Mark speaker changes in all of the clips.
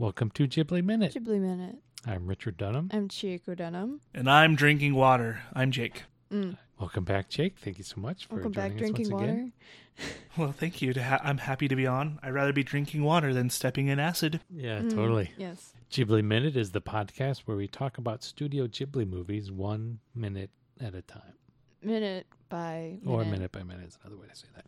Speaker 1: Welcome to Ghibli Minute.
Speaker 2: Ghibli Minute.
Speaker 1: I'm Richard Dunham.
Speaker 2: I'm Chieko Dunham.
Speaker 3: And I'm drinking water. I'm Jake.
Speaker 2: Mm.
Speaker 1: Welcome back, Jake. Thank you so much Uh, for
Speaker 2: Welcome
Speaker 1: joining
Speaker 2: back,
Speaker 1: us
Speaker 2: drinking
Speaker 1: once
Speaker 2: water.
Speaker 1: again.
Speaker 3: Well, thank you. To ha- I'm happy to be on. I'd rather be drinking water than stepping in acid.
Speaker 1: Yeah,
Speaker 2: Mm,
Speaker 1: totally.
Speaker 2: Yes.
Speaker 1: Ghibli Minute is the podcast where we talk about Studio Ghibli movies one minute at a time,
Speaker 2: Minute by minute.
Speaker 1: or minute by minute is another way to say that.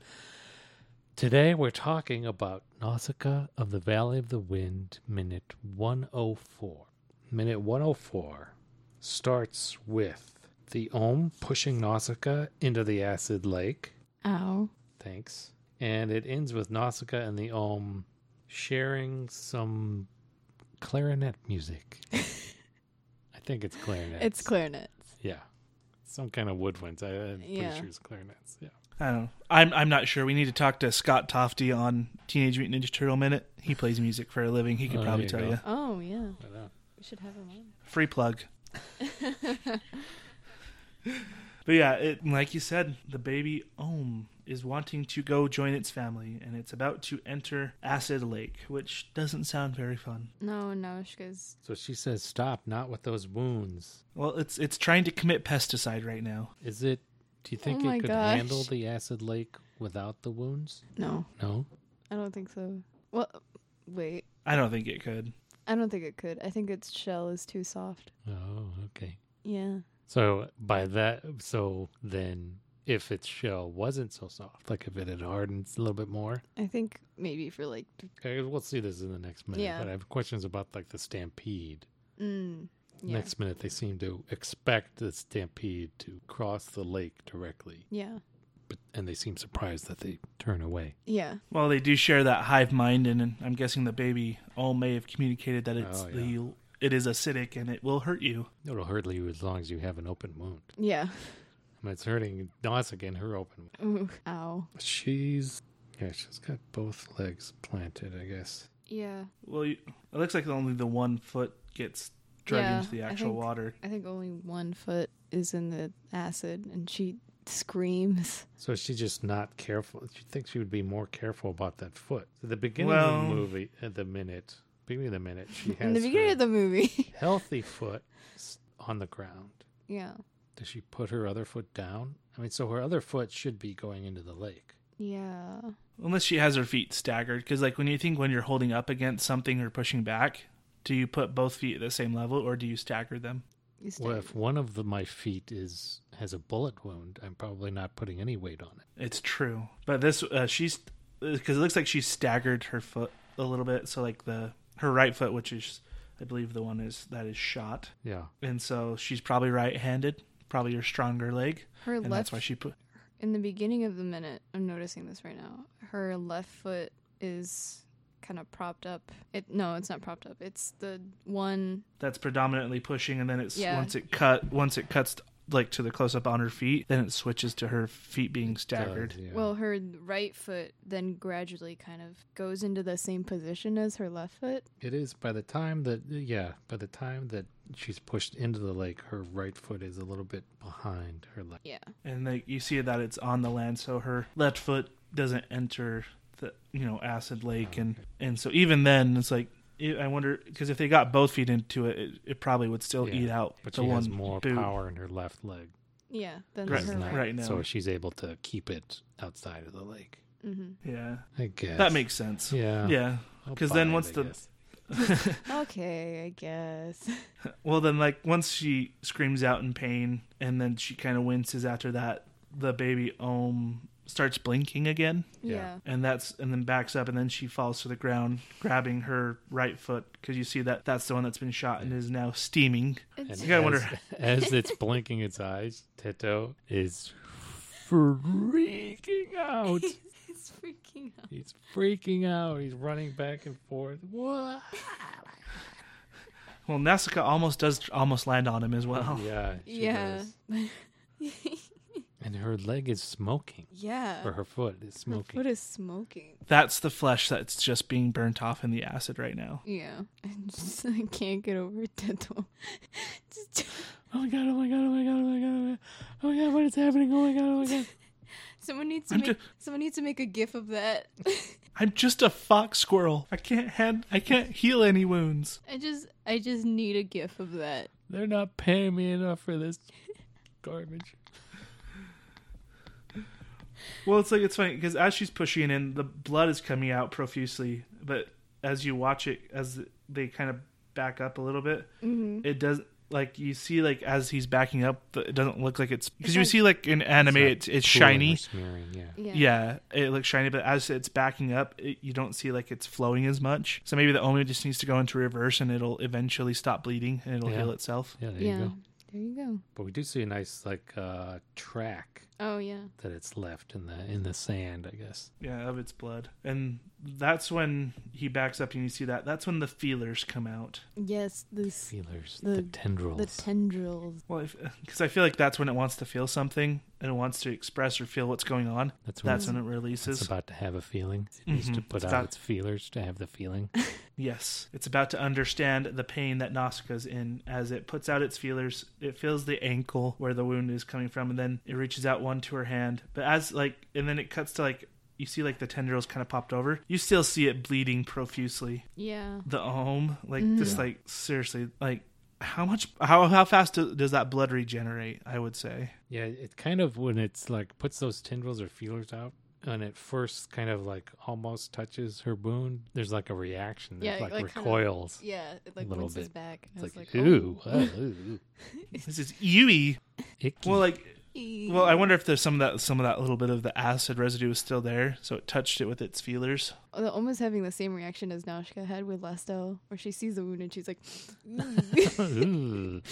Speaker 1: Today we're talking about Nausicaa of the Valley of the Wind, minute 104. Minute 104 starts with the Ohm pushing Nausicaa into the acid lake.
Speaker 2: Ow.
Speaker 1: Thanks. And it ends with Nausicaa and the Ohm sharing some clarinet music. I think it's clarinet.
Speaker 2: It's clarinets.
Speaker 1: yeah, some kind of woodwinds. I, I'm
Speaker 2: Yeah.
Speaker 1: pretty sure it's clarinets. Yeah.
Speaker 3: I don't know. I'm I'm not sure. We need to talk to Scott Tofty on Teenage Mutant Ninja Turtle Minute. He plays music for a living. He could
Speaker 1: Oh,
Speaker 3: probably
Speaker 1: there
Speaker 3: tell
Speaker 1: you
Speaker 3: you.
Speaker 1: go.
Speaker 2: Oh yeah.
Speaker 1: I don't know.
Speaker 2: We should have him
Speaker 3: Free plug.
Speaker 2: on.
Speaker 3: But yeah, it, like you said, the baby Ohm is wanting to go join its family, and it's about to enter Acid Lake, which doesn't sound very fun.
Speaker 2: no, Naushka's
Speaker 1: So she says, "Stop! Not with those wounds."
Speaker 3: Well, it's it's trying to commit pesticide right now.
Speaker 1: Is it? Do you think
Speaker 2: Oh my
Speaker 1: it could
Speaker 2: gosh.
Speaker 1: handle the acid lake without the wounds?
Speaker 2: no.
Speaker 1: No.
Speaker 2: I don't think so. Well, wait.
Speaker 3: I don't think it could.
Speaker 2: I don't think it could. I think its shell is too soft.
Speaker 1: Oh, okay.
Speaker 2: Yeah.
Speaker 1: So by that, so then, if its shell wasn't so soft, like if it had hardened a little bit more,
Speaker 2: I think maybe for like
Speaker 1: Okay, we'll see this in the next minute.
Speaker 2: Yeah.
Speaker 1: But I have questions about like the stampede.
Speaker 2: mm, yeah.
Speaker 1: Next minute, they seem to expect the stampede to cross the lake directly,
Speaker 2: Yeah.
Speaker 1: but and they seem surprised that they turn away.
Speaker 2: Yeah.
Speaker 3: Well, they do share that hive mind, and I'm guessing the baby all may have communicated that it's
Speaker 1: Oh, yeah.
Speaker 3: the it is acidic and it will hurt you.
Speaker 1: It'll hurt you as long as you have an open wound.
Speaker 2: Yeah.
Speaker 1: I mean, it's hurting Nausicaa in her open. wound.
Speaker 2: Ooh. Ow.
Speaker 1: She's yeah, she's got both legs planted, I guess.
Speaker 2: Yeah.
Speaker 3: Well, you, it looks like only the one foot gets dragged
Speaker 2: Yeah,
Speaker 3: into the
Speaker 2: I
Speaker 3: actual
Speaker 2: think-
Speaker 3: water.
Speaker 2: I think only one foot is in the acid, and she screams.
Speaker 1: So she's just not careful. She thinks she would be more careful about that foot. At the beginning of the
Speaker 3: Well-
Speaker 1: movie, at the minute, beginning of the minute, she has
Speaker 2: in the beginning
Speaker 1: her-
Speaker 2: of the movie.
Speaker 1: healthy foot s- on the ground.
Speaker 2: yeah.
Speaker 1: Does she put her other foot down? I mean, so her other foot should be going into the lake.
Speaker 2: Yeah.
Speaker 3: Unless she has her feet staggered, because like when you think when you're holding up against something or pushing back, do you put both feet at the same level or do you stagger them?
Speaker 2: You stay.
Speaker 1: Well, if one of the, my feet is has a bullet wound, I'm probably not putting any weight on it.
Speaker 3: It's true, but this uh, she's because it looks like she staggered her foot a little bit. So like the her right foot, which is I believe the one is that is shot.
Speaker 1: Yeah.
Speaker 3: and so she's probably right-handed, probably her stronger leg,
Speaker 2: her
Speaker 3: and
Speaker 2: left
Speaker 3: that's why she put.
Speaker 2: in the beginning of the minute, I'm noticing this right now. Her left foot is kind of propped up. It no, it's not propped up. It's the one
Speaker 3: That's predominantly pushing, and then it's
Speaker 2: Yeah.
Speaker 3: once it cut once it cuts like to the close-up on her feet, then it switches to her feet being staggered.
Speaker 1: Does, yeah.
Speaker 2: well, her right foot then gradually kind of goes into the same position as her left foot.
Speaker 1: it is by the time that yeah, by the time that she's pushed into the lake, her right foot is a little bit behind her left.
Speaker 2: Yeah.
Speaker 3: And like you see that it's on the land, so her left foot doesn't enter the you know acid lake,
Speaker 1: Oh,
Speaker 3: and and so even then it's like. It, I wonder because if they got both feet into it, it, it probably would still
Speaker 1: Yeah,
Speaker 3: eat out
Speaker 1: But
Speaker 3: the
Speaker 1: she
Speaker 3: one
Speaker 1: has more
Speaker 3: boot.
Speaker 1: power in her left leg.
Speaker 2: Yeah. Then
Speaker 3: Right-
Speaker 2: her right.
Speaker 3: right now.
Speaker 1: So she's able to keep it outside of the lake.
Speaker 2: Mm-hmm.
Speaker 3: Yeah,
Speaker 1: I guess
Speaker 3: that makes sense.
Speaker 1: yeah
Speaker 3: yeah.
Speaker 1: I'll
Speaker 3: 'cause then
Speaker 1: buy it,
Speaker 3: once
Speaker 1: I
Speaker 3: the-
Speaker 1: guess.
Speaker 2: Okay, I guess.
Speaker 3: Well, then, like, once she screams out in pain and then she kind of winces after that, the baby Ohm starts blinking again.
Speaker 1: Yeah.
Speaker 2: yeah.
Speaker 3: And that's, and then backs up and then she falls to the ground, grabbing her right foot because you see that that's the one that's been shot and is now steaming.
Speaker 2: It's
Speaker 1: And
Speaker 3: You gotta
Speaker 1: as,
Speaker 3: wonder-
Speaker 1: as it's blinking its eyes, Teto is freaking out.
Speaker 2: It's freaking out.
Speaker 1: He's freaking out. He's running back and forth. What?
Speaker 3: Well, Nasuka almost does almost land on him as well.
Speaker 1: Yeah. she
Speaker 2: yeah.
Speaker 1: does. And her leg is smoking,
Speaker 2: yeah.
Speaker 1: or her foot is
Speaker 2: Her
Speaker 1: smoking.
Speaker 2: foot is smoking.
Speaker 3: That's the flesh that's just being burnt off in the acid right now.
Speaker 2: Yeah. I just I can't get over dental. just,
Speaker 1: oh my god! Oh my god! Oh my god! Oh my god! Oh my god! Oh my god! What is happening? Oh my god! Oh my god!
Speaker 2: someone needs to
Speaker 3: I'm
Speaker 2: make
Speaker 3: ju-
Speaker 2: someone needs to make a gif of that.
Speaker 3: I'm just a fox squirrel. I can't hand, I can't heal any wounds.
Speaker 2: I just I just need a gif of that.
Speaker 1: They're not paying me enough for this garbage.
Speaker 3: Well, it's like it's funny because as she's pushing in, the blood is coming out profusely. But as you watch it, as they kind of back up a little bit,
Speaker 2: Mm-hmm.
Speaker 3: it does like you see like as he's backing up, the- it doesn't look like it's because
Speaker 2: It's
Speaker 3: you
Speaker 2: like-
Speaker 3: see like in anime, it's, it's shiny.
Speaker 1: Smearing, yeah.
Speaker 2: Yeah.
Speaker 3: Yeah, it looks shiny, but as it's backing up, it, you don't see like it's flowing as much. So maybe the Omi just needs to go into reverse, and it'll eventually stop bleeding, and it'll
Speaker 1: Yeah.
Speaker 3: heal itself.
Speaker 1: Yeah, there
Speaker 2: yeah.
Speaker 1: you go.
Speaker 2: There you go.
Speaker 1: But we do see a nice like uh track
Speaker 2: Oh yeah.
Speaker 1: that it's left in the in the sand, I guess.
Speaker 3: Yeah, of its blood, and that's when he backs up, and you see that. That's when the feelers come out.
Speaker 2: Yes, this
Speaker 1: Feelers, the,
Speaker 2: The- the
Speaker 1: tendrils.
Speaker 2: the tendrils.
Speaker 3: Well, because I feel like that's when it wants to feel something, and it wants to express or feel what's going on.
Speaker 1: that's when
Speaker 3: That's when it
Speaker 1: it's
Speaker 3: releases.
Speaker 1: about to have a feeling. It needs to
Speaker 3: Mhm.
Speaker 1: put
Speaker 3: It's
Speaker 1: out
Speaker 3: about-
Speaker 1: its feelers to have the feeling.
Speaker 3: Yes, it's about to understand the pain that Nausicaa's in as it puts out its feelers. It feels the ankle where the wound is coming from, and then it reaches out one to her hand. But as like, and then it cuts to like, you see like the tendrils kind of popped over. You still see it bleeding profusely.
Speaker 2: Yeah.
Speaker 3: The ohm, like
Speaker 2: Mhm.
Speaker 3: just like seriously, like how much, how how fast do, does that blood regenerate? I would say.
Speaker 1: Yeah, it kind of when it's like puts those tendrils or feelers out and it first kind of like almost touches her wound, there's like a reaction that
Speaker 2: Yeah, it,
Speaker 1: like,
Speaker 2: like, kind of-
Speaker 1: recoils.
Speaker 2: Yeah. It like
Speaker 1: Little
Speaker 2: bounces
Speaker 1: bit.
Speaker 2: back. And
Speaker 1: It's
Speaker 2: it's
Speaker 1: like,
Speaker 2: like,
Speaker 1: ooh,
Speaker 2: oh.
Speaker 1: oh, ooh,
Speaker 3: This is ewy.
Speaker 1: icky.
Speaker 3: Well, like Well, I wonder if there's some of that some of that little bit of the acid residue is still there, so it touched it with its feelers.
Speaker 2: Oh, they're almost having the same reaction as Naushka had with Lesto, where she sees the wound and she's like,
Speaker 1: Ooh.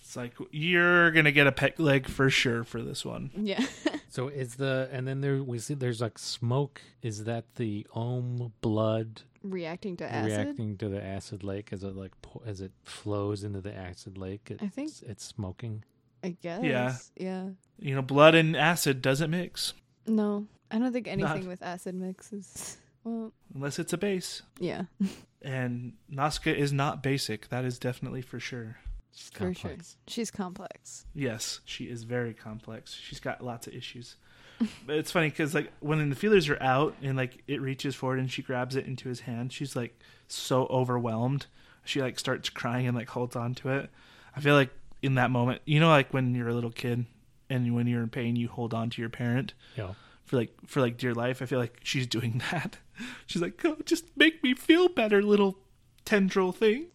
Speaker 3: It's like you're gonna get a peg leg for sure for this one.
Speaker 2: yeah.
Speaker 1: So is the and then there we see there's like smoke. Is that the ohm blood
Speaker 2: Reacting to acid?
Speaker 1: reacting to the acid lake as it like po- as it flows into the acid lake? It's,
Speaker 2: I think-
Speaker 1: it's smoking.
Speaker 2: I guess.
Speaker 3: Yeah.
Speaker 2: Yeah.
Speaker 3: You know, blood and acid doesn't mix
Speaker 2: No. I don't think
Speaker 3: Not-
Speaker 2: anything with acid mixes. Well,
Speaker 3: unless it's a base.
Speaker 2: yeah.
Speaker 3: And Nazca is not basic. That is definitely for sure.
Speaker 1: It's
Speaker 2: For sure.
Speaker 1: complex.
Speaker 2: She's complex.
Speaker 3: Yes, she is very complex. She's got lots of issues. But it's funny because like when the feelers are out and like it reaches forward and she grabs it into his hand, she's like so overwhelmed. She like starts crying and like holds on to it. I feel like in that moment, you know, like when you're a little kid and when you're in pain, you hold on to your parent
Speaker 1: Yeah.
Speaker 3: for like for like dear life. I feel like she's doing that. She's like, oh, just make me feel better, little tendril thing.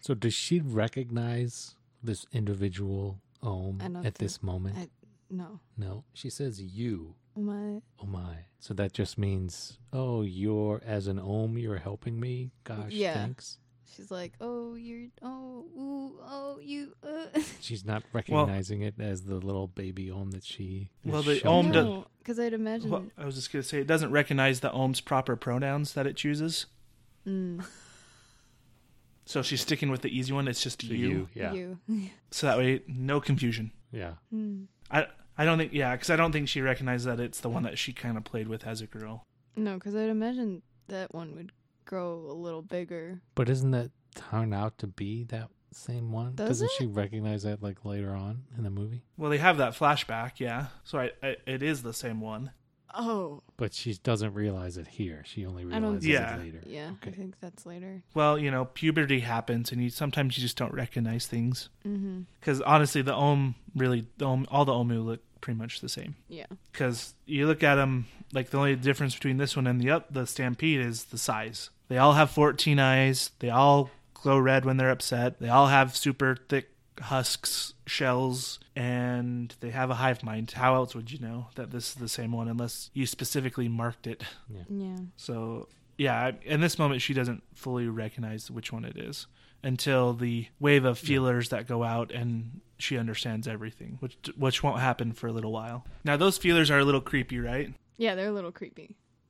Speaker 1: So does she recognize this individual ohm
Speaker 2: I don't
Speaker 1: at
Speaker 2: think-
Speaker 1: this moment?
Speaker 2: I- No.
Speaker 1: no. She says you.
Speaker 2: My
Speaker 1: Oh my. So that just means, oh, you're as an ohm, you're helping me. Gosh,
Speaker 2: Yeah.
Speaker 1: thanks.
Speaker 2: she's like, "Oh, you're oh, ooh, oh, you uh."
Speaker 1: She's not recognizing it as the little baby ohm that she. is
Speaker 3: Well, the
Speaker 1: showing
Speaker 3: ohm
Speaker 1: her.
Speaker 3: does-
Speaker 2: no, cuz I'd imagine
Speaker 3: Well, I was just gonna say it doesn't recognize the ohm's proper pronouns that it chooses.
Speaker 2: mm,
Speaker 3: So she's sticking with the easy one. It's just
Speaker 1: So
Speaker 3: you.
Speaker 1: you. Yeah.
Speaker 2: you.
Speaker 3: So that way, no confusion.
Speaker 1: Yeah.
Speaker 2: Mm.
Speaker 3: I I don't think yeah, because I don't think she recognized that it's the one that she kind of played with as a girl.
Speaker 2: No, cuz I'd imagine that one would grow a little bigger.
Speaker 1: But isn't that turn out to be that same one?
Speaker 2: Does
Speaker 1: not
Speaker 2: it?
Speaker 1: she recognize that like later on in the movie?
Speaker 3: Well, they have that flashback, yeah. So I, I it is the same one.
Speaker 2: Oh.
Speaker 1: But she doesn't realize it here. She only
Speaker 2: I don't
Speaker 1: realizes
Speaker 3: think so.
Speaker 1: it later.
Speaker 2: Yeah, I
Speaker 1: Okay.
Speaker 2: think that's later.
Speaker 3: Well, you know, puberty happens, and you sometimes you just don't recognize things.
Speaker 2: Mhm.
Speaker 3: Because honestly, the ohm really the ohm, all the ohmu look pretty much the same.
Speaker 2: Yeah.
Speaker 3: because you look at them like the only difference between this one and the up the stampede is the size they all have 14 eyes they all glow red when they're upset they all have super thick husks shells and they have a hive mind how else would you know that this is the same one unless you specifically marked it
Speaker 2: Yeah.
Speaker 3: so yeah I- in this moment she doesn't fully recognize which one it is until the wave of feelers that go out and she understands everything which which won't happen for a little while now those feelers are a little creepy right
Speaker 2: Yeah, they're a little creepy.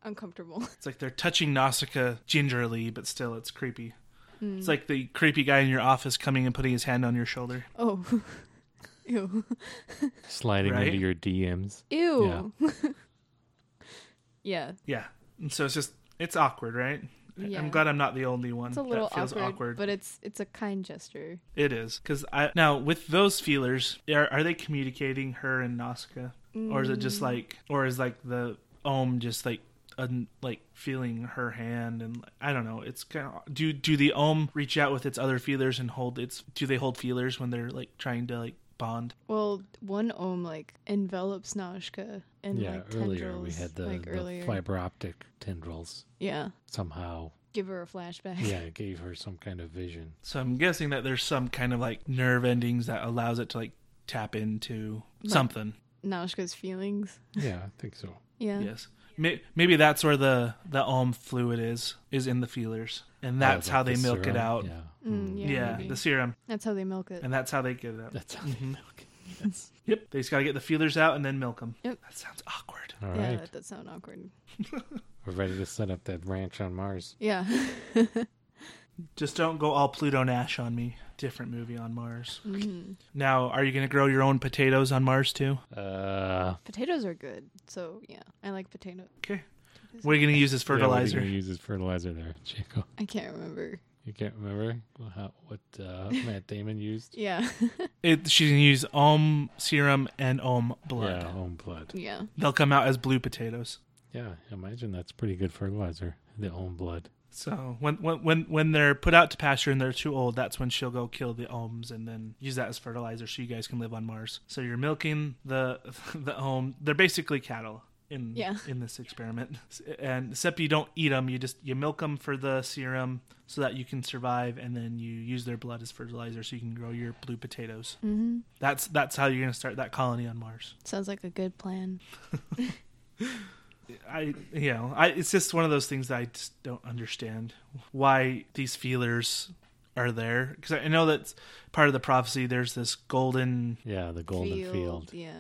Speaker 2: Uncomfortable.
Speaker 3: it's like they're touching Nausicaa gingerly but still it's creepy
Speaker 2: Hmm.
Speaker 3: it's like the creepy guy in your office coming and putting his hand on your shoulder
Speaker 2: Oh. Ew.
Speaker 1: Sliding
Speaker 3: Right?
Speaker 1: into your DMs.
Speaker 2: Ew. Yeah.
Speaker 3: yeah and so it's just it's awkward right I-
Speaker 2: Yeah.
Speaker 3: I'm glad I'm not the only one
Speaker 2: It's a little
Speaker 3: that feels
Speaker 2: awkward,
Speaker 3: awkward.
Speaker 2: but it's it's a kind gesture.
Speaker 3: It is because I now with those feelers, are, are they
Speaker 2: Mm.
Speaker 3: communicating her and Nausicaa, or is it just like, or is like the Ohm just like un, like feeling her hand, and I don't know. It's kind of do do the ohm reach out with its other feelers and hold its? Do they hold feelers when they're like trying to like bond?
Speaker 2: Well, one ohm like envelops Naushka and
Speaker 1: yeah,
Speaker 2: like
Speaker 1: earlier we
Speaker 2: tendrils,
Speaker 1: had the,
Speaker 2: like
Speaker 1: the
Speaker 2: earlier.
Speaker 1: fiber optic tendrils
Speaker 2: Yeah,
Speaker 1: somehow.
Speaker 2: give her a flashback.
Speaker 1: Yeah, it gave her some kind of vision.
Speaker 3: So I'm guessing that there's some kind of like nerve endings that allows it to like tap into something.
Speaker 2: Naushka's feelings.
Speaker 1: Yeah, I think so.
Speaker 2: Yeah.
Speaker 3: Yes. May- Maybe that's where the the ohm fluid is is in the feelers, and that's
Speaker 1: Like
Speaker 3: how they
Speaker 1: the
Speaker 3: milk it
Speaker 1: serum.
Speaker 3: out.
Speaker 1: Yeah.
Speaker 2: Mm,
Speaker 1: Mm.
Speaker 2: yeah.
Speaker 3: Yeah,
Speaker 2: maybe.
Speaker 3: the serum,
Speaker 2: That's how they milk it.
Speaker 3: and that's how they get it out.
Speaker 1: That's how they
Speaker 3: Mhm.
Speaker 1: milk it. Mm-hmm. Yes.
Speaker 3: Yep, they just gotta get the feelers out and then milk them.
Speaker 2: Yep.
Speaker 3: That sounds awkward.
Speaker 1: All right.
Speaker 2: yeah, that does sound awkward.
Speaker 1: We're ready to set up that ranch on Mars.
Speaker 2: Yeah.
Speaker 3: Just don't go all Pluto Nash on me. Different movie on Mars.
Speaker 2: Mhm.
Speaker 3: Now, are you gonna grow your own potatoes on Mars too?
Speaker 1: Uh,
Speaker 2: Potatoes are good, so yeah, I like potato.
Speaker 3: Okay.
Speaker 2: potatoes.
Speaker 3: What are you gonna use as
Speaker 1: Yeah,
Speaker 3: fertilizer?
Speaker 1: what are you gonna use as fertilizer there, Jacob?
Speaker 2: I can't remember.
Speaker 1: You can't remember how, what uh, Matt Damon used?
Speaker 2: Yeah,
Speaker 3: it, she's gonna use ohm serum and ohm blood.
Speaker 1: Yeah, own blood.
Speaker 2: yeah.
Speaker 3: They'll come out as blue potatoes.
Speaker 1: Yeah, I imagine that's pretty good fertilizer. The own blood.
Speaker 3: So when when when when they're put out to pasture and they're too old, that's when she'll go kill the ohms and then use that as fertilizer so you guys can live on Mars. So you're milking the the ohm. They're basically cattle in
Speaker 2: Yeah.
Speaker 3: in this experiment. And except you don't eat them, you just you milk them for the serum so that you can survive and then you use their blood as fertilizer so you can grow your blue potatoes.
Speaker 2: hmm
Speaker 3: That's that's how you're going to start that colony on Mars.
Speaker 2: Sounds like a good plan.
Speaker 3: I you know I it's just one of those things that I just don't understand why these feelers are there because I know that's part of the prophecy. There's this golden
Speaker 1: Yeah, the golden field.
Speaker 2: Yeah.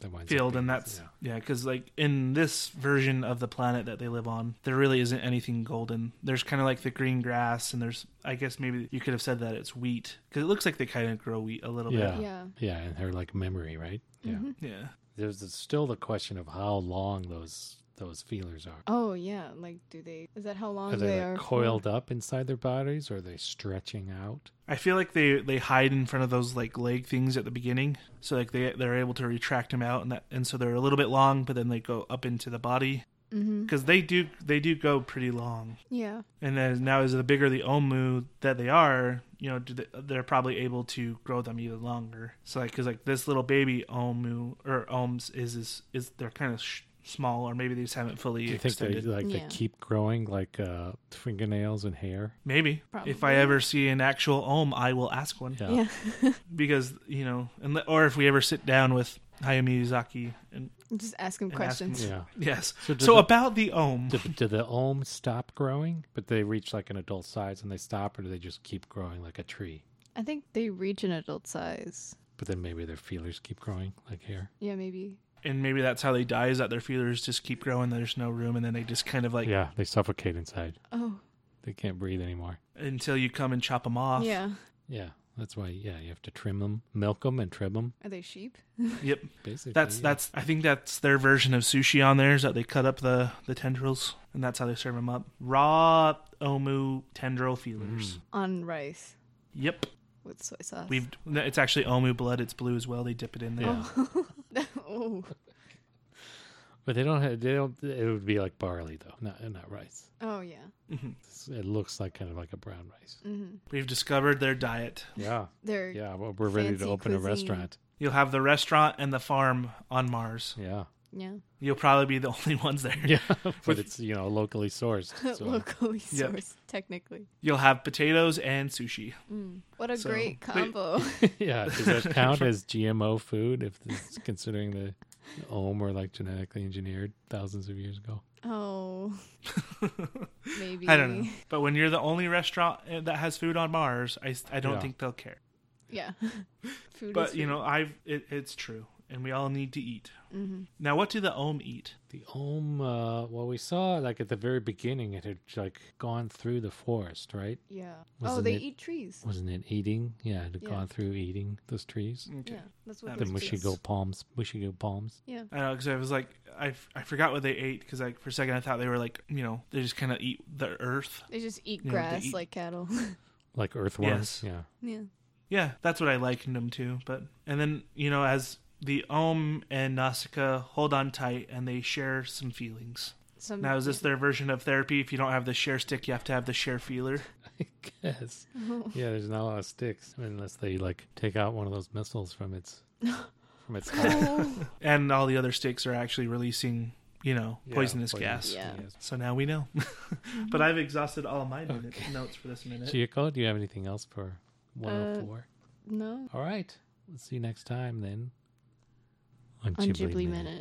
Speaker 1: that winds up
Speaker 3: field,
Speaker 1: being-
Speaker 3: and that's
Speaker 1: yeah.
Speaker 3: yeah because like in this version of the planet that they live on, there really isn't anything golden. There's kind of like the green grass, and there's I guess maybe you could have said that it's wheat because it looks like they kind of grow wheat a little
Speaker 1: Yeah.
Speaker 2: Yeah.
Speaker 1: yeah, and her like memory, right? Yeah.
Speaker 2: Mhm.
Speaker 3: bit. Yeah,
Speaker 1: There's still the question of how long those those feelers are.
Speaker 2: Oh yeah. Like, do they? Is that how long
Speaker 1: Are they,
Speaker 2: are?
Speaker 1: like
Speaker 2: for?
Speaker 1: coiled up inside their bodies, or are they stretching out?
Speaker 3: I feel like they they hide in front of those like leg things at the beginning, so like they they're able to retract them out, and that and so they're a little bit long, but then they go up into the body
Speaker 2: Mhm.
Speaker 3: because they do they do go pretty long.
Speaker 2: Yeah.
Speaker 3: And then now, as the bigger the omu that they are, you know, do they, they're probably able to grow them even longer. So like, because like this little baby omu or ohms is is is they're kind of sh- small, or maybe they just haven't fully
Speaker 1: Do you think
Speaker 3: extended.
Speaker 1: they like they
Speaker 2: Yeah.
Speaker 1: keep growing like uh, fingernails and hair?
Speaker 3: Maybe if I
Speaker 2: Probably.
Speaker 3: ever see an actual ohm, I will ask one.
Speaker 1: Yeah.
Speaker 2: Yeah.
Speaker 3: because you know, and or if we ever sit down with Hayao Miyazaki, and
Speaker 2: Just ask him
Speaker 3: And ask
Speaker 2: questions.
Speaker 3: him-
Speaker 1: Yeah.
Speaker 3: yes,
Speaker 1: So, do
Speaker 3: so
Speaker 1: the-
Speaker 3: about the ohm,
Speaker 1: do, do the ohm stop growing, but they reach like an adult size and they stop, or do they just keep growing like a tree?
Speaker 2: I think they reach an adult size.
Speaker 1: But then maybe their feelers keep growing like hair.
Speaker 2: Yeah, maybe.
Speaker 3: and maybe that's how they die is that their feelers just keep growing. There's no room, and then they just kind of like
Speaker 1: yeah, they suffocate inside.
Speaker 2: Oh,
Speaker 1: They can't breathe anymore.
Speaker 3: until you come and chop them off.
Speaker 2: yeah.
Speaker 1: Yeah, that's why. Yeah, you have to trim them, milk them, and trim them.
Speaker 2: Are they sheep?
Speaker 3: Yep,
Speaker 1: Basically,
Speaker 3: that's
Speaker 1: yeah.
Speaker 3: that's. I think that's their version of sushi on there is that they cut up the the tendrils, and that's how they serve them up raw omu tendril feelers.
Speaker 1: Mm.
Speaker 2: On rice
Speaker 3: Yep,
Speaker 2: with soy sauce.
Speaker 3: we've. It's actually omu blood. It's blue as well. They dip it in there.
Speaker 1: Yeah.
Speaker 2: Oh. oh.
Speaker 1: But they don't have. They don't. It would be like barley though, not not rice.
Speaker 2: Oh yeah.
Speaker 3: Mhm.
Speaker 1: It's- It looks like kind of like a brown rice.
Speaker 2: Mm-hmm.
Speaker 3: We've discovered their diet.
Speaker 1: Yeah,
Speaker 2: They're
Speaker 1: yeah. Well, we're ready to
Speaker 2: Fancy
Speaker 1: open a
Speaker 2: cuisine.
Speaker 1: restaurant.
Speaker 3: You'll have the restaurant and the farm on Mars.
Speaker 1: Yeah,
Speaker 2: yeah.
Speaker 3: You'll probably be the only ones there.
Speaker 1: yeah. but it's you know locally sourced. So.
Speaker 2: locally
Speaker 3: Yep.
Speaker 2: sourced technically.
Speaker 3: You'll have potatoes and sushi.
Speaker 2: Mm. What a
Speaker 3: So-
Speaker 2: great
Speaker 3: They-
Speaker 2: combo.
Speaker 1: yeah, does that count as GMO food if it's considering the ohm or like genetically engineered thousands of years ago?
Speaker 2: oh. Maybe.
Speaker 3: I don't know. But when you're the only restaurant eh, that has food on Mars, I, I don't
Speaker 1: Yeah.
Speaker 3: think they'll care.
Speaker 2: Yeah. Food
Speaker 3: But you know, I've it, it's true, and we all need to eat.
Speaker 2: mm-hmm.
Speaker 3: Now, what do the Ohm eat?
Speaker 1: The ohm, uh, well, we saw like at the very beginning, it had like gone through the forest, right?
Speaker 2: Yeah.
Speaker 1: Wasn't
Speaker 2: oh, they
Speaker 1: it-
Speaker 2: eat trees.
Speaker 1: Wasn't it eating? Yeah, it had
Speaker 2: Yeah.
Speaker 1: gone through eating those trees.
Speaker 3: Okay.
Speaker 2: Yeah. That's what
Speaker 3: That
Speaker 1: The
Speaker 2: those
Speaker 3: makes
Speaker 2: trees-
Speaker 3: sense.
Speaker 1: mushigo palms, mushigo palms.
Speaker 2: Yeah.
Speaker 3: I know because I was like, I, f- I forgot what they ate because like for a second I thought they were like you know they just kind of eat the earth.
Speaker 2: They just eat
Speaker 3: Yeah, they
Speaker 2: grass
Speaker 3: eat-
Speaker 2: like cattle.
Speaker 1: like earthworms.
Speaker 3: Yes.
Speaker 1: Yeah,
Speaker 2: yeah.
Speaker 3: Yeah, that's what I likened them to. But and then you know as the Ohm and Nausicaa hold on tight and they share some feelings.
Speaker 2: Some
Speaker 3: Now, is this their version of therapy? If you don't have the share stick, you have to have the share feeler.
Speaker 1: I guess. Yeah, there's not a lot of sticks unless they like take out one of those missiles from its from its heart.
Speaker 2: Oh.
Speaker 3: And all the other sticks are actually releasing, you know,
Speaker 1: Yeah,
Speaker 3: poisonous
Speaker 1: poisonous.
Speaker 3: gas.
Speaker 2: Yeah.
Speaker 1: Yes.
Speaker 3: So now we know. but I've exhausted all my minute notes for this minute.
Speaker 1: Chico, do you have anything else for 104?
Speaker 2: no.
Speaker 1: All right. Let's see you next time then.
Speaker 2: On Ghibli minute.